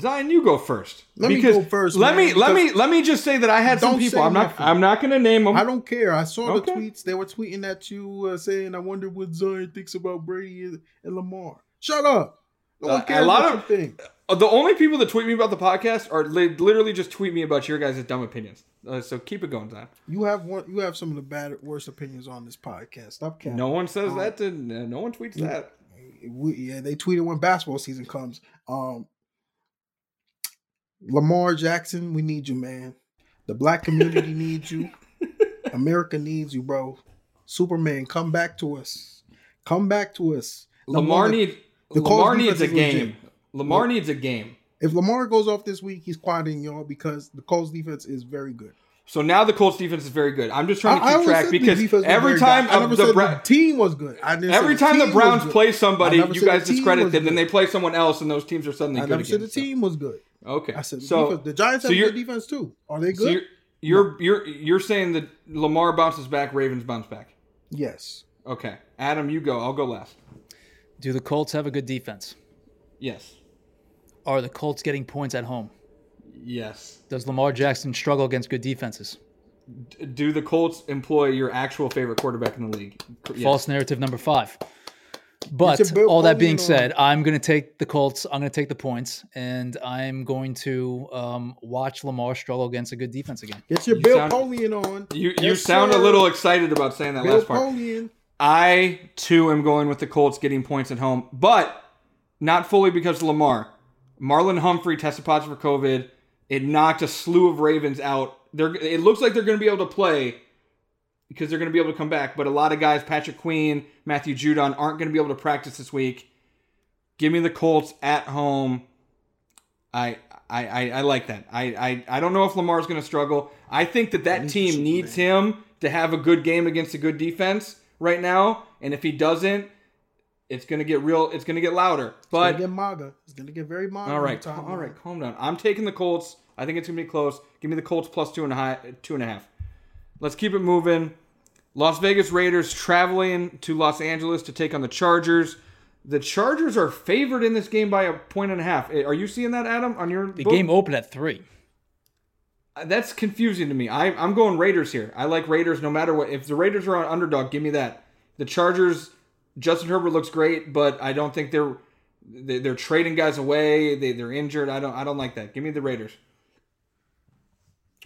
B: Zion, you go first.
C: Let me
B: Because-
C: go first,
B: Let
C: man,
B: me let me
C: because-
B: let me just say that I had some
C: Don't
B: people.
C: say
B: I'm not
C: nothing.
B: I'm not going to name them.
C: I don't care. I saw
B: Um, Okay.
C: the tweets. They were tweeting at you uh, saying, I wonder what Zion thinks about Brady and and Lamar. Shut up. No
B: Uh,
C: one
B: a
C: cares
B: lot
C: what
B: of-
C: you think.
B: The only people that tweet me about the podcast are li- literally just tweet me about your guys' dumb opinions. Uh, so keep it going, Zion.
C: You have one you have some of the bad worst opinions on this podcast. Stop counting.
B: No one says that to no one tweets that.
C: we, yeah, they tweeted when basketball season comes. Um, Lamar Jackson, we need you, man. The black community needs you. America needs you, bro. Superman, come back to us. Come back to us.
B: Lamar
C: the-
B: need
C: the Colts
B: Lamar needs a
C: defense is
B: game.
C: legit.
B: Lamar needs a game.
C: If Lamar goes off this week, he's quieting y'all because the Colts defense is very good.
B: So now the Colts defense is very good. I'm just trying to keep
C: always
B: track
C: said the
B: because
C: defense was
B: every
C: very
B: time
C: good. I
B: of
C: never
B: the,
C: said
B: Bra-
C: the team was good. I didn't say
B: every time
C: team
B: the
C: was
B: Browns
C: good.
B: play
C: I
B: somebody,
C: never
B: you
C: said the
B: guys
C: team
B: discredit
C: was
B: them. Then
C: good.
B: they play someone else, and those teams are suddenly
C: I
B: good
C: never
B: again.
C: said the
B: so-
C: team was good.
B: Okay,
C: I said the,
B: so
C: defense, the Giants
B: so
C: have a
B: you're-
C: good defense too. Are they
B: So
C: good?
B: you're you're you're you're saying that Lamar bounces back, Ravens bounce back.
C: yes.
B: Okay, Adam, you go. I'll go last.
D: Do the Colts have a good defense?
B: Yes,
D: Are the Colts getting points at home?
B: yes.
D: Does Lamar Jackson struggle against good defenses?
B: D- Do the Colts employ your actual favorite quarterback in the league? Yes.
D: False narrative number five. But
C: It's a bit
D: all that being
C: funny, you know.
D: said, I'm going to take the Colts. I'm going to take the points, and I'm going to um, watch Lamar struggle against a good defense again.
C: Get your
B: You
C: Bill
B: sound-
C: Polian on.
B: You you
C: Yes,
B: sound a
C: sir.
B: little excited about saying that
C: Bill
B: last part.
C: Polian.
B: I too am going with the Colts getting points at home, but not fully because of Lamar. Marlon Humphrey tested positive for COVID. It knocked a slew of Ravens out. They're, it looks like they're going to be able to play because they're going to be able to come back. But a lot of guys, Patrick Queen, Matthew Judon, aren't going to be able to practice this week. Give me the Colts at home. I I, I, I like that. I, I, I don't know if Lamar's going to struggle. I think that that team needs him to have a good game against a good defense right now. And if he doesn't, it's going to get real. It's going to get louder.
C: But
B: But
C: get MAGA. It's gonna get very MAGA.
B: all
C: in
B: right,
C: the time.
B: all right, calm down. I'm taking the Colts. I think it's gonna be close. Give me the Colts plus two and a half. Two and a half. Let's keep it moving. Las Vegas Raiders traveling to Los Angeles to take on the Chargers. The Chargers are favored in this game by a point and a half. Eh, Are you seeing that, Adam? On your
D: The
B: book?
D: game opened at three.
B: Uh, That's confusing to me. I, I'm going Raiders here. I like Raiders no matter what. If the Raiders are on underdog, give me that. The Chargers, Justin Herbert looks great, but I don't think they're they- they're trading guys away. They they're injured. I don't I don't like that. Give me the Raiders.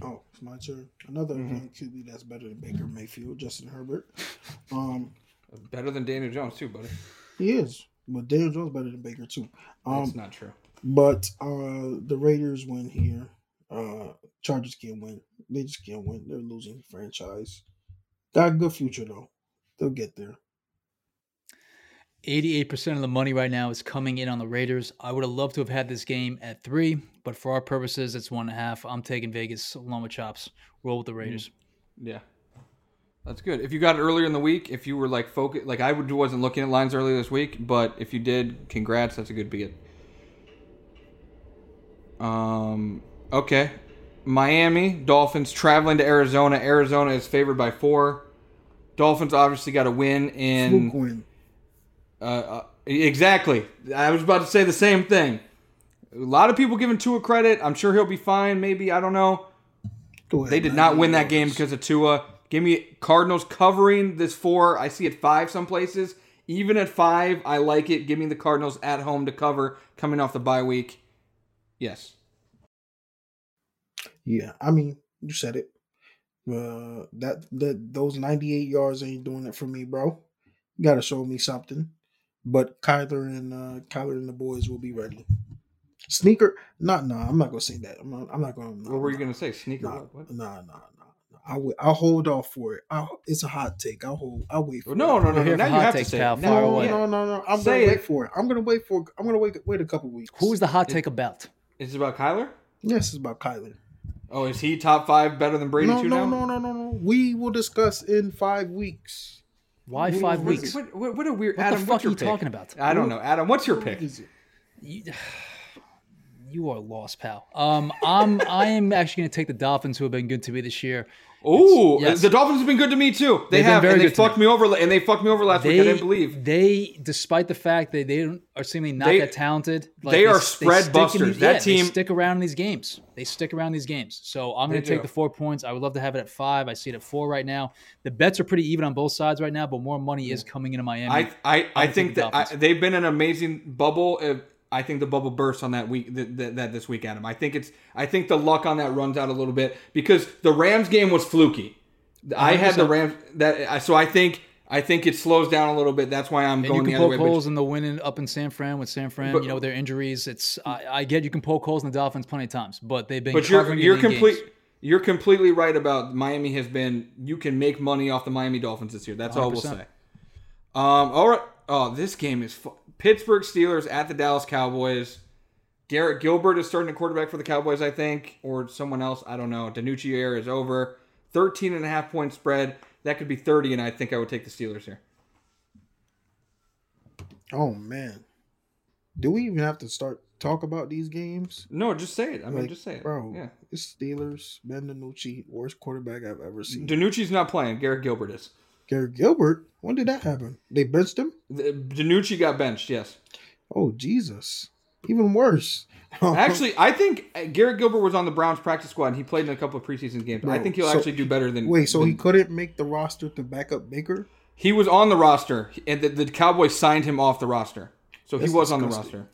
C: Oh, it's my turn. Another
B: Mm-hmm.
C: young QB that's better than Baker Mayfield, Justin Herbert. Um,
B: Better than Daniel Jones too, buddy.
C: he is, but Daniel Jones better than Baker too. Um,
B: That's not true.
C: But uh the Raiders win here. Uh Chargers can't win. They just can't win. They're losing franchise. Got a good future though. They'll get there.
D: 88% of the money right now is coming in on the Raiders. I would have loved to have had this game at three, but for our purposes, it's one and a half. I'm taking Vegas along with Chops. Roll with the Raiders.
B: Yeah. That's good. If you got it earlier in the week, if you were like focus, like I would- wasn't looking at lines earlier this week, but if you did, congrats. That's a good beat. Um. Okay. Miami Dolphins traveling to Arizona. Arizona is favored by four. Dolphins obviously got a win in
C: Fluke win.
B: uh, uh, exactly. I was about to say the same thing. A lot of people giving Tua credit. I'm sure he'll be fine. Maybe I don't know.
C: Go ahead,
B: They did
C: man.
B: not win that game because of Tua. Give me Cardinals covering this four. I see it five some places. Even at five, I like it. Give me the Cardinals at home to cover coming off the bye week. Yes.
C: Yeah, I mean, you said it. Uh that that those 98 yards ain't doing it for me, bro. You gotta show me something. But Kyler and uh Kyler and the boys will be ready. Sneaker? No, no, I'm not gonna say that. I'm not. I'm not gonna.
B: What were you going to say? Sneaker?
C: Nah,
B: what?
C: nah, nah, nah. nah. I will. I'll hold off for it. I'll, it's a hot take. I'll hold. I'll wait for
B: No,
C: it.
B: no, no,
D: We're
B: no.
D: here
B: Now
D: for
B: you
D: hot
B: have to
D: takes,
B: say
D: pal.
B: it.
D: Fire
C: No,
D: away.
B: yeah.
C: no, no, no. I'm
B: Say
C: gonna wait
B: it.
C: for it. I'm gonna wait for. it. I'm gonna wait. Wait a couple weeks.
D: Who is the hot take about?
B: Is it about Kyler?
C: Yes, it's about Kyler.
B: Oh, is he top five better than Brady
C: No,
B: too
C: no,
B: now?
C: no, no, no, no. We will discuss in five weeks.
D: Why five
B: What-
D: weeks?
B: What, what, what a weird.
D: What the
B: Adam,
D: fuck
B: what's
D: are
B: your
D: you
B: pick?
D: talking about?
B: I don't know. Adam, what's your pick?
C: Is it?
D: You, you are lost, pal. Um, I'm I am actually going to take the Dolphins, who have been good to me this year.
B: Oh,
D: yes.
B: the Dolphins have been good to me too. They
D: They've been
B: have,
D: very
B: and they
D: good to me.
B: fucked me over, and they fucked me over last week. I didn't believe.
D: they, despite the fact that they don't- are seemingly not
B: They-
D: that talented,
B: they are
D: s-
B: spread
D: stick in
B: busters.
D: the-
B: That
D: they
B: team-
D: stick around in these games. They stick around these games. So I'm going
B: They
D: to take
B: do.
D: the four points. I would love to have it at five. I see it at four right now. The bets are pretty even on both sides right now, but more money is coming into Miami.
B: Mm. I I, I
D: would take
B: think
D: the
B: that I,
D: Dolphins.
B: they've been an amazing bubble. Uh, I think the bubble bursts on that week that, that, that this week, Adam. I think it's I think the luck on that runs out a little bit because the Rams game was fluky. I had the Rams that I- so I think I think it slows down a little bit. That's why I'm
D: and you
B: going
D: can
B: the other
D: poke
B: way. but-
D: holes in the winning up in San Fran with San Fran,
B: But-
D: you know, with their injuries. It's I, I get you can poke holes in the Dolphins plenty of times, but they've been
B: but you're
D: covering in
B: you're
D: games.
B: complete you're completely right about Miami has been you can make money off the Miami Dolphins this year. That's all we'll say.
D: 100%.
B: Um all right. Oh, this game is fu- Pittsburgh Steelers at the Dallas Cowboys. Garrett Gilbert is starting a quarterback for the Cowboys, I think, or someone else, I don't know. Danucci air is over. 13 and a half point spread. That could be 30 and I think I would take the Steelers here.
C: Oh man, do we even have to start talk about these games?
B: No, just say it. I mean,
C: Like,
B: just say it.
C: bro.
B: Yeah.
C: It's Steelers. Ben DiNucci, worst quarterback I've ever seen.
B: Danucci's not playing. Garrett Gilbert is.
C: Garrett Gilbert. When did that happen? They benched him.
B: The- Danucci got benched, yes.
C: Oh Jesus! Even worse.
B: Actually, I think uh, Garrett Gilbert was on the Browns practice squad and he played in a couple of preseason games. I
C: Bro,
B: think he'll
C: so-
B: actually do better than.
C: wait. So
B: than-
C: he couldn't make the roster to back up Baker.
B: he was on the roster, and the, the Cowboys signed him off the roster, so he
C: That's
B: was on the
C: disgusting.
B: roster.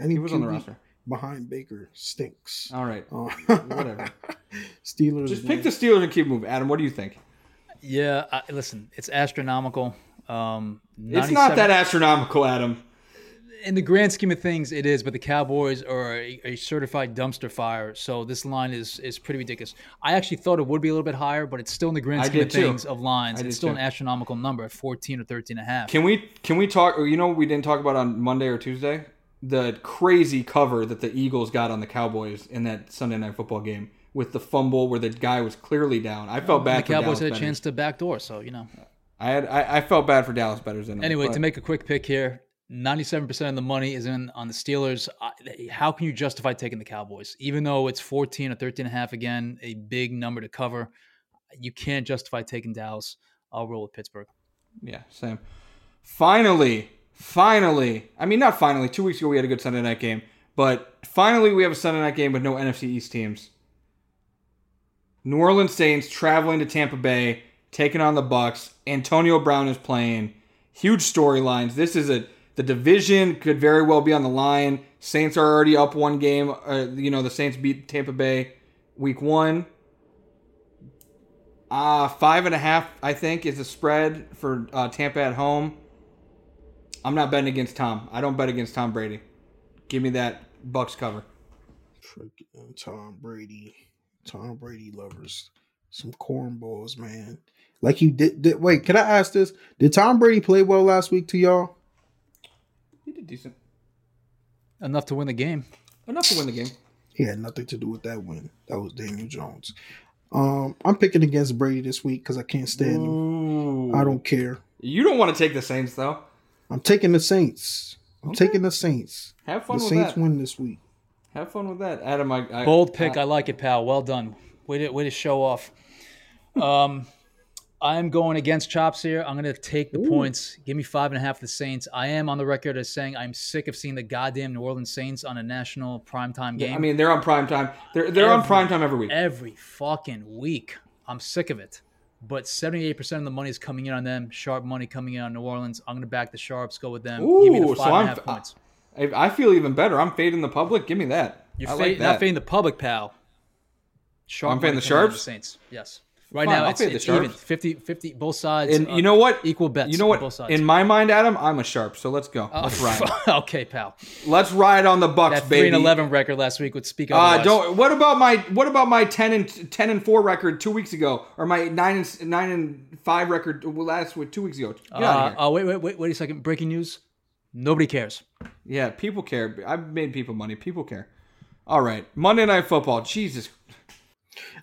C: Any
B: He was on the
C: QB
B: roster.
C: behind Baker stinks.
B: All right,
C: Uh,
B: whatever.
C: Steelers.
B: Just
C: win.
B: pick the Steelers and keep moving. Adam, what do you think?
D: Yeah, I, listen, it's astronomical. Um,
B: It's not
D: 97
B: that astronomical, Adam.
D: in the grand scheme of things, it is. But the Cowboys are a, a certified dumpster fire, so this line is is pretty ridiculous. I actually thought it would be a little bit higher, but it's still in the grand
B: I
D: scheme of
B: did too.
D: things of lines.
B: I did
D: It's still
B: too.
D: an astronomical number at fourteen or thirteen and a half.
B: Can we can we talk? Or you know, what we didn't talk about on Monday or Tuesday the crazy cover that the Eagles got on the Cowboys in that Sunday night football game with the fumble where the guy was clearly down. I felt
D: the
B: bad. for
D: Cowboys
B: Dallas
D: had a
B: Bennett.
D: chance to backdoor, so you know.
B: I had I, I felt bad for Dallas betters than
D: Anyway,
B: but
D: to make a quick pick here, ninety-seven percent of the money is in on the Steelers. I, how can you justify taking the Cowboys, even though it's fourteen or thirteen and a half again, a big number to cover? you can't justify taking Dallas. I'll roll with Pittsburgh.
B: Yeah, same. Finally, finally. I mean, not finally. Two weeks ago, we had a good Sunday night game, but finally, we have a Sunday night game with no NFC East teams. New Orleans Saints traveling to Tampa Bay, taking on the Bucks. Antonio Brown is playing. Huge storylines. This is a the division could very well be on the line. Saints are already up one game. Uh, you know, the Saints beat Tampa Bay week one. Uh, five and a half, I think, is the spread for uh, Tampa at home. I'm not betting against Tom. I don't bet against Tom Brady. Give me that Bucks cover.
C: Freaking uh, Tom Brady, Tom Brady lovers, some cornballs, man. Like you did, did. Wait, can I ask this? Did Tom Brady play well last week to y'all?
B: He did decent.
D: Enough to win the game.
B: Enough to win the game.
C: He had nothing to do with that win. That was Daniel Jones. Um, I'm picking against Brady this week because I can't stand him. I don't care.
B: You don't want to take the Saints though.
C: I'm taking the Saints. I'm taking the Saints.
B: Have
C: The
B: fun with
C: Saints
B: that.
C: win this week.
B: Have fun with that, Adam. I, I
D: Bold pick. I like it, pal. Well done. Way to, way to show off. Um, I'm going against Chops here. I'm going to take the points. Give me five and a half of the Saints. I am on the record as saying I'm sick of seeing the goddamn New Orleans Saints on a national primetime game
B: I mean, they're on prime time. They're they're on
D: Every-
B: prime time every week.
D: every fucking week. I'm sick of it. But 78% of the money is coming in on them. Sharp money coming in on New Orleans. I'm going to back the Sharps. Go with them. Give me
B: Ooh,
D: the
B: so
D: five and
B: I'm-
D: a half points.
B: I, I feel even better. I'm fading the public. Give me that.
D: You're
B: I
D: fa-
B: like
D: not
B: that.
D: fading the public, pal. Sharp
B: I'm fading
D: money
B: the
D: coming in on
B: Sharps?
D: Saints. Yes. Right
B: Fine,
D: now,
B: I'll
D: it's,
B: fade the
D: it's even.
B: Sharps.
D: 50, 50, both sides.
B: and
D: uh,
B: you know what?
D: Equal bets.
B: You know what?
D: on Both sides.
B: In my mind, Adam, I'm a sharp. So let's go.
D: Oh,
B: let's ride.
D: okay, pal.
B: Let's ride on the Bucks,
D: That three
B: baby.
D: and eleven record last week would speak.
B: Uh,
D: otherwise.
B: don't. What about my What about my ten and ten and four record two weeks ago, or my nine and s- nine and five record last week two weeks ago? Get outta
D: Uh,
B: here.
D: oh, wait, wait, wait, wait a second. Breaking news. Nobody cares.
B: Yeah, people care. I've made people money. People care. All right, Monday Night Football. Jesus,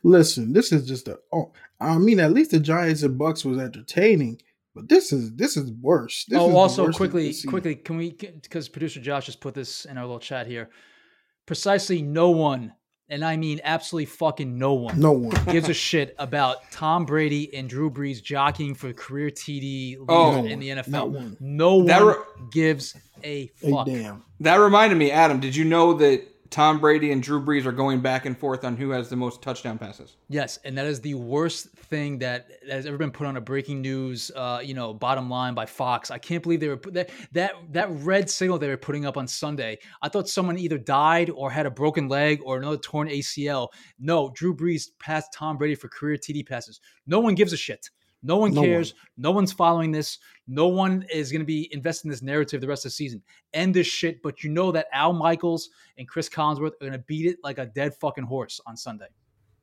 C: Listen, this is just a. Oh, I mean, at least the Giants and Bucks was entertaining, but this is this is worse. This is
D: oh,
C: the
D: also
C: worst
D: quickly,
C: I've seen.
D: quickly, can we? Because producer Josh just put this in our little chat here. Precisely, no one, and I mean absolutely fucking no one,
C: No one.
D: gives a shit about Tom Brady and Drew Brees jockeying for career TD lead
B: Oh,
D: in the NFL.
C: not one.
D: No one
B: That re-
D: gives
C: Hey,
D: a fuck.
C: damn.
B: that reminded me, Adam. Did you know that Tom Brady and Drew Brees are going back and forth on who has the most touchdown passes?
D: Yes, and that is the worst thing that has ever been put on a breaking news, uh, you know, bottom line by Fox. I can't believe they were put- that that that red signal they were putting up on Sunday. I thought someone either died or had a broken leg or another torn ACL. No, Drew Brees passed Tom Brady for career TD passes. No one gives a shit. No one
C: No one.
D: cares. No one's following this. No one is going to be investing in this narrative the rest of the season. End this shit. But you know that Al Michaels and Chris Collinsworth are going to beat it like a dead fucking horse on Sunday.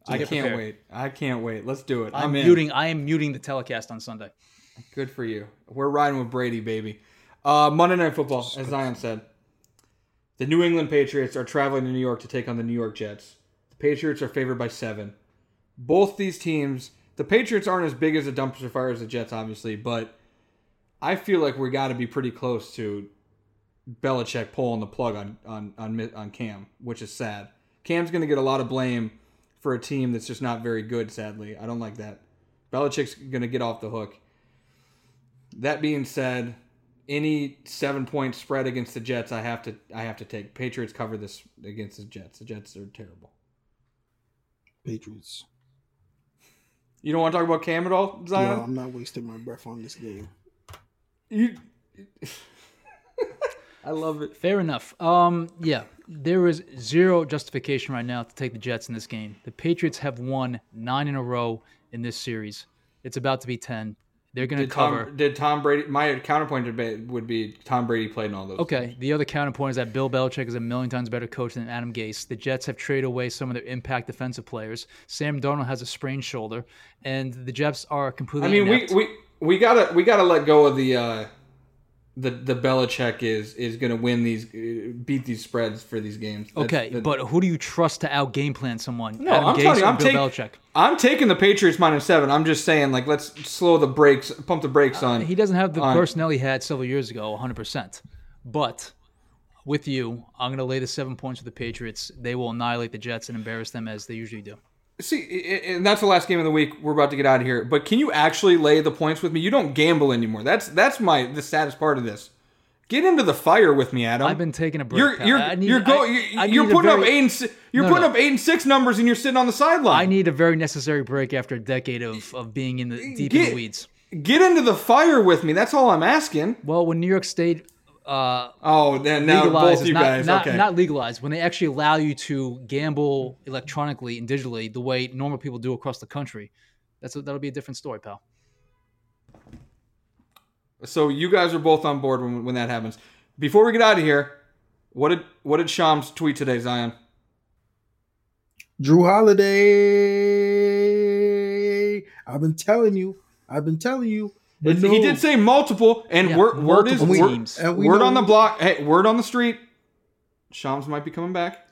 B: I
D: get
B: can't
D: prepared.
B: wait. I can't wait. Let's do it.
D: I'm,
B: in.
D: muting. I am muting the telecast on Sunday.
B: Good for you. We're riding with Brady, baby. Uh, Monday Night Football, as Zion said. The New England Patriots are traveling to New York to take on the New York Jets. The Patriots are favored by seven. Both these teams, the Patriots aren't as big as a dumpster fire as the Jets, obviously, but I feel like we got to be pretty close to Belichick pulling the plug on on on Mi- on Cam, which is sad. Cam's going to get a lot of blame for a team that's just not very good. Sadly, I don't like that. Belichick's going to get off the hook. That being said, any seven point spread against the Jets, I have to I have to take. Patriots cover this against the Jets. The Jets are terrible.
C: Patriots.
B: You don't want to talk about Cam at all,
C: No,
B: Zion?
C: I'm not wasting my breath on this game.
B: You. I love it.
D: Fair enough. Um, yeah, there is zero justification right now to take the Jets in this game. The Patriots have won nine in a row in this series. It's about to be ten. They're going to
B: Did Tom,
D: cover.
B: did Tom Brady? My counterpoint debate would be Tom Brady played in all those.
D: Okay. The other counterpoint is that Bill Belichick is a million times better coach than Adam Gase. The Jets have traded away some of their impact defensive players. Sam Darnold has a sprained shoulder, and the Jets are completely.
B: I mean, we,
D: inept.
B: we we gotta we gotta let go of the uh, the the Belichick is is gonna win these uh, beat these spreads for these games. That's-
D: okay,
B: that-
D: but who do you trust to out game plan someone?
B: No,
D: Adam
B: I'm
D: Gase
B: telling you,
D: or
B: I'm
D: Bill
B: taking
D: Belichick.
B: I'm taking the Patriots minus seven. I'm just saying, like, let's slow the brakes, pump the brakes on.
D: Uh, He doesn't have the
B: on-
D: personnel he had several years ago, 100%. But with you, I'm going to lay the seven points for the Patriots. They will annihilate the Jets and embarrass them as they usually do.
B: See, i- i- and that's the last game of the week. We're about to get out of here. But can you actually lay the points with me? You don't gamble anymore. That's that's my the saddest part of this. Get into the fire with me, Adam.
D: I've been taking a break.
B: You're
D: I-
B: you're
D: I need-
B: you're
D: I-
B: going.
D: I
B: You're
D: need a
B: putting up
D: very-
B: eight. And, si- you're
D: No,
B: putting
D: no.
B: up eight and six numbers, and you're sitting on the sideline.
D: I need a very necessary break after a decade of, of being in the deep in
B: Get-
D: the weeds.
B: Get into the fire with me. That's all I'm asking.
D: Well, when New York State uh,
B: Oh, then now
D: legalizes,
B: both you
D: not,
B: guys.
D: not,
B: okay.
D: not legalized, when they actually allow you to gamble electronically and digitally the way normal people do across the country, that's a, that'll be a different story, pal.
B: so you guys are both on board when, when that happens. Before we get out of here, what did what did Shams tweet today, Zion?
C: Drew Holiday. I've been telling you. I've been telling you. But
B: He
C: no.
B: did say multiple, and
D: Yeah,
B: word, word is
D: multiple
B: word-
D: teams.
C: And we
B: word
C: know-
B: on the block. Hey, word on the street. Shams might be coming back.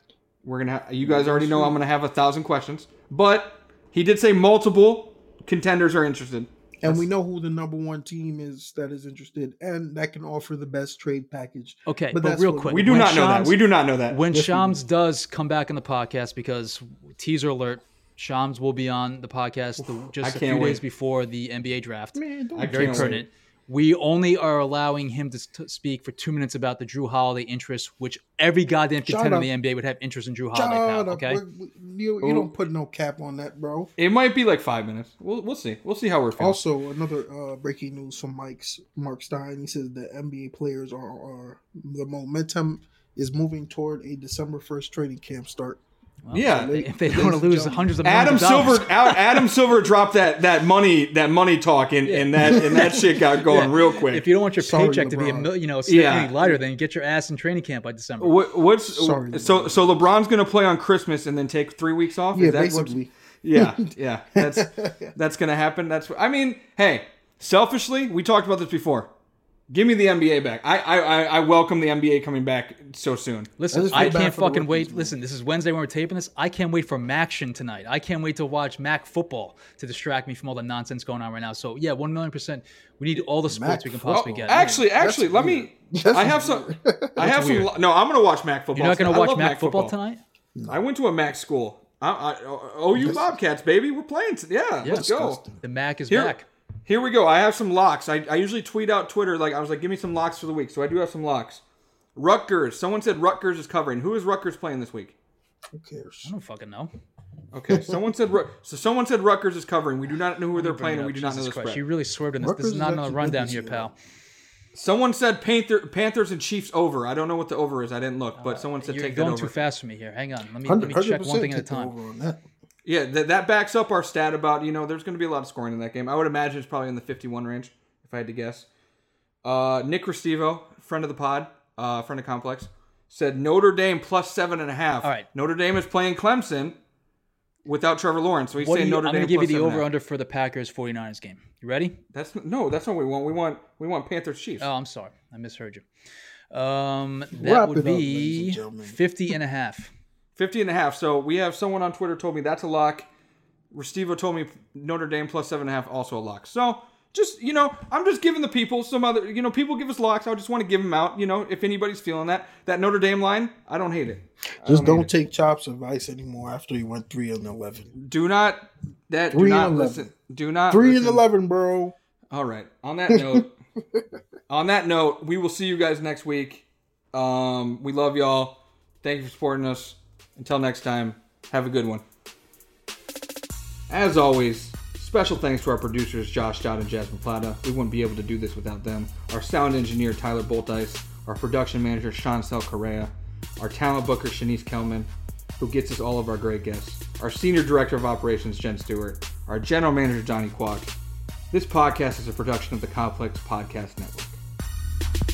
B: We're gonna. Ha- you guys already know I'm gonna have a thousand questions, but he did say multiple contenders are interested.
C: and we know who the number one team is that is interested and that can offer the best trade package.
D: Okay,
C: But
D: but,
C: that's
D: real
C: what-
D: quick,
B: We do
D: when
B: not know that.
D: Shams-
B: We do not know that.
D: When Shams does come back on the podcast, because teaser alert, Shams will be on the podcast the, just
B: I
D: a few
B: can't wait.
D: days before the NBA draft.
B: I
D: Very
B: can't
D: pertinent. We only are allowing him to st- speak for two minutes about the Drew Holiday interest, which every goddamn
C: Shut
D: contender
C: up.
D: in the NBA would have interest in Drew Holiday.
C: God,
D: Pal, okay,
C: you, you don't put no cap on that, bro.
B: It might be like five minutes. We'll we'll see. We'll see how we're feeling.
C: Also, another uh, breaking news from Mike's Mark Stein. He says the NBA players are, are the momentum is moving toward a December first training camp start.
B: yeah.
D: if they don't want to lose hundreds of
B: Adam
D: millions of dollars.
B: Silver, Al- Adam Silver dropped that, that money that money talk, and, and that and that shit got going real quick.
D: If you don't want your
C: Sorry,
D: paycheck to be a
C: LeBron.
D: mil- you know
B: Yeah.
D: significantly lighter, then get your ass in training camp by December.
B: What, what's
C: Sorry,
B: so so LeBron's gonna play on Christmas and then take three weeks off?
C: Yeah,
B: Is that what-
C: basically.
B: yeah, yeah. That's that's gonna happen. That's I mean, hey, selfishly, we talked about this before. Give me the NBA back. I I, I, I welcome the NBA coming back so soon.
D: Listen,
C: just feel
D: I,
C: bad
D: can't
C: for the
D: fucking
C: rookies,
D: wait.
C: man.
D: Listen, this is Wednesday when we're taping this. I can't wait for Maction tonight. I can't wait to watch Mac football to distract me from all the nonsense going on right now. So yeah, one million percent. We need all the sports we can possibly
B: Oh,
D: get.
B: actually, actually, let
C: weird.
B: me.
C: That's
B: I have some. I have some. No, I'm gonna watch Mac football.
D: you're not going
B: I
D: to watch
B: love
D: Mac, football, tonight.
B: I went to a Mac school. I, I, oh, you Bobcats, baby. We're playing. t- yeah, let's go.
D: The Mac is
B: Here,
D: back.
B: here we go. I have some locks. I, I usually tweet out Twitter like I was like, give me some locks for the week. So I do have some locks. Rutgers. Someone said Rutgers is covering. Who is Rutgers playing this week?
C: Who cares?
D: I don't fucking know.
B: Okay. Someone said Ru- so. Someone said Rutgers is covering. We do not know who they're playing, and we do not know
D: Jesus
B: the
D: Christ,
B: spread.
D: you really swerved in this.
C: Rutgers
D: this is
C: is
D: not another
C: actually good
D: rundown
C: this
D: here,
C: year.
D: pal.
B: Someone said Panther, Panthers and Chiefs over. I don't know what the over is. I didn't look, but someone said
D: Uh, You're
B: take that
D: going
B: over.
D: too fast for me here. Hang on. Let me, let
C: Hundred
D: me check one thing at a
C: percent
D: time.
C: over on that.
B: Yeah, that that backs up our stat about you know there's going to be a lot of scoring in that game. I would imagine it's probably in the 51 range if I had to guess. Uh, Nick Restivo, friend of the pod, uh, friend of Complex, said Notre Dame plus seven and a half.
D: All right.
B: Notre Dame is playing Clemson without Trevor Lawrence, so he's
D: What do
B: saying
D: you, I'm
B: Notre
D: going
B: Dame
D: to give you
B: plus
D: the
B: seven and a
D: over
B: half.
D: under for the Packers 49ers game. You ready?
B: That's no, that's not what we want. We want we want Panthers Chiefs.
D: Oh, I'm sorry. I misheard you. Um, that
C: Wrap it
D: would
C: up, ladies and
D: be
C: gentlemen.
D: 50 and a half.
B: 50 and a half. So we have someone on Twitter told me that's a lock. Restivo told me Notre Dame plus seven and a half also a lock. So just you know, I'm just giving the people some other you know people give us locks. I just want to give them out. You know, if anybody's feeling that that Notre Dame line, I don't hate it.
C: Just don't take Chop's advice anymore after he went three and eleven.
B: Do not that do
C: Three
B: not
C: and
B: listen.
C: 11.
B: Do not
C: Three and
B: listen.
C: eleven, bro.
B: All right. On that note, on that note, we will see you guys next week. Um, we love y'all. Thank you for supporting us. Until next time, have a good one. As always, special thanks to our producers Josh Dodd and Jasmine Plata. We wouldn't be able to do this without them. Our sound engineer Tyler Boltice, our production manager Sean Sel Correa, our talent booker Shanice Kelman, who gets us all of our great guests, our senior director of operations Jen Stewart, our general manager Donnie Quack, this podcast is a production of the Complex Podcast Network.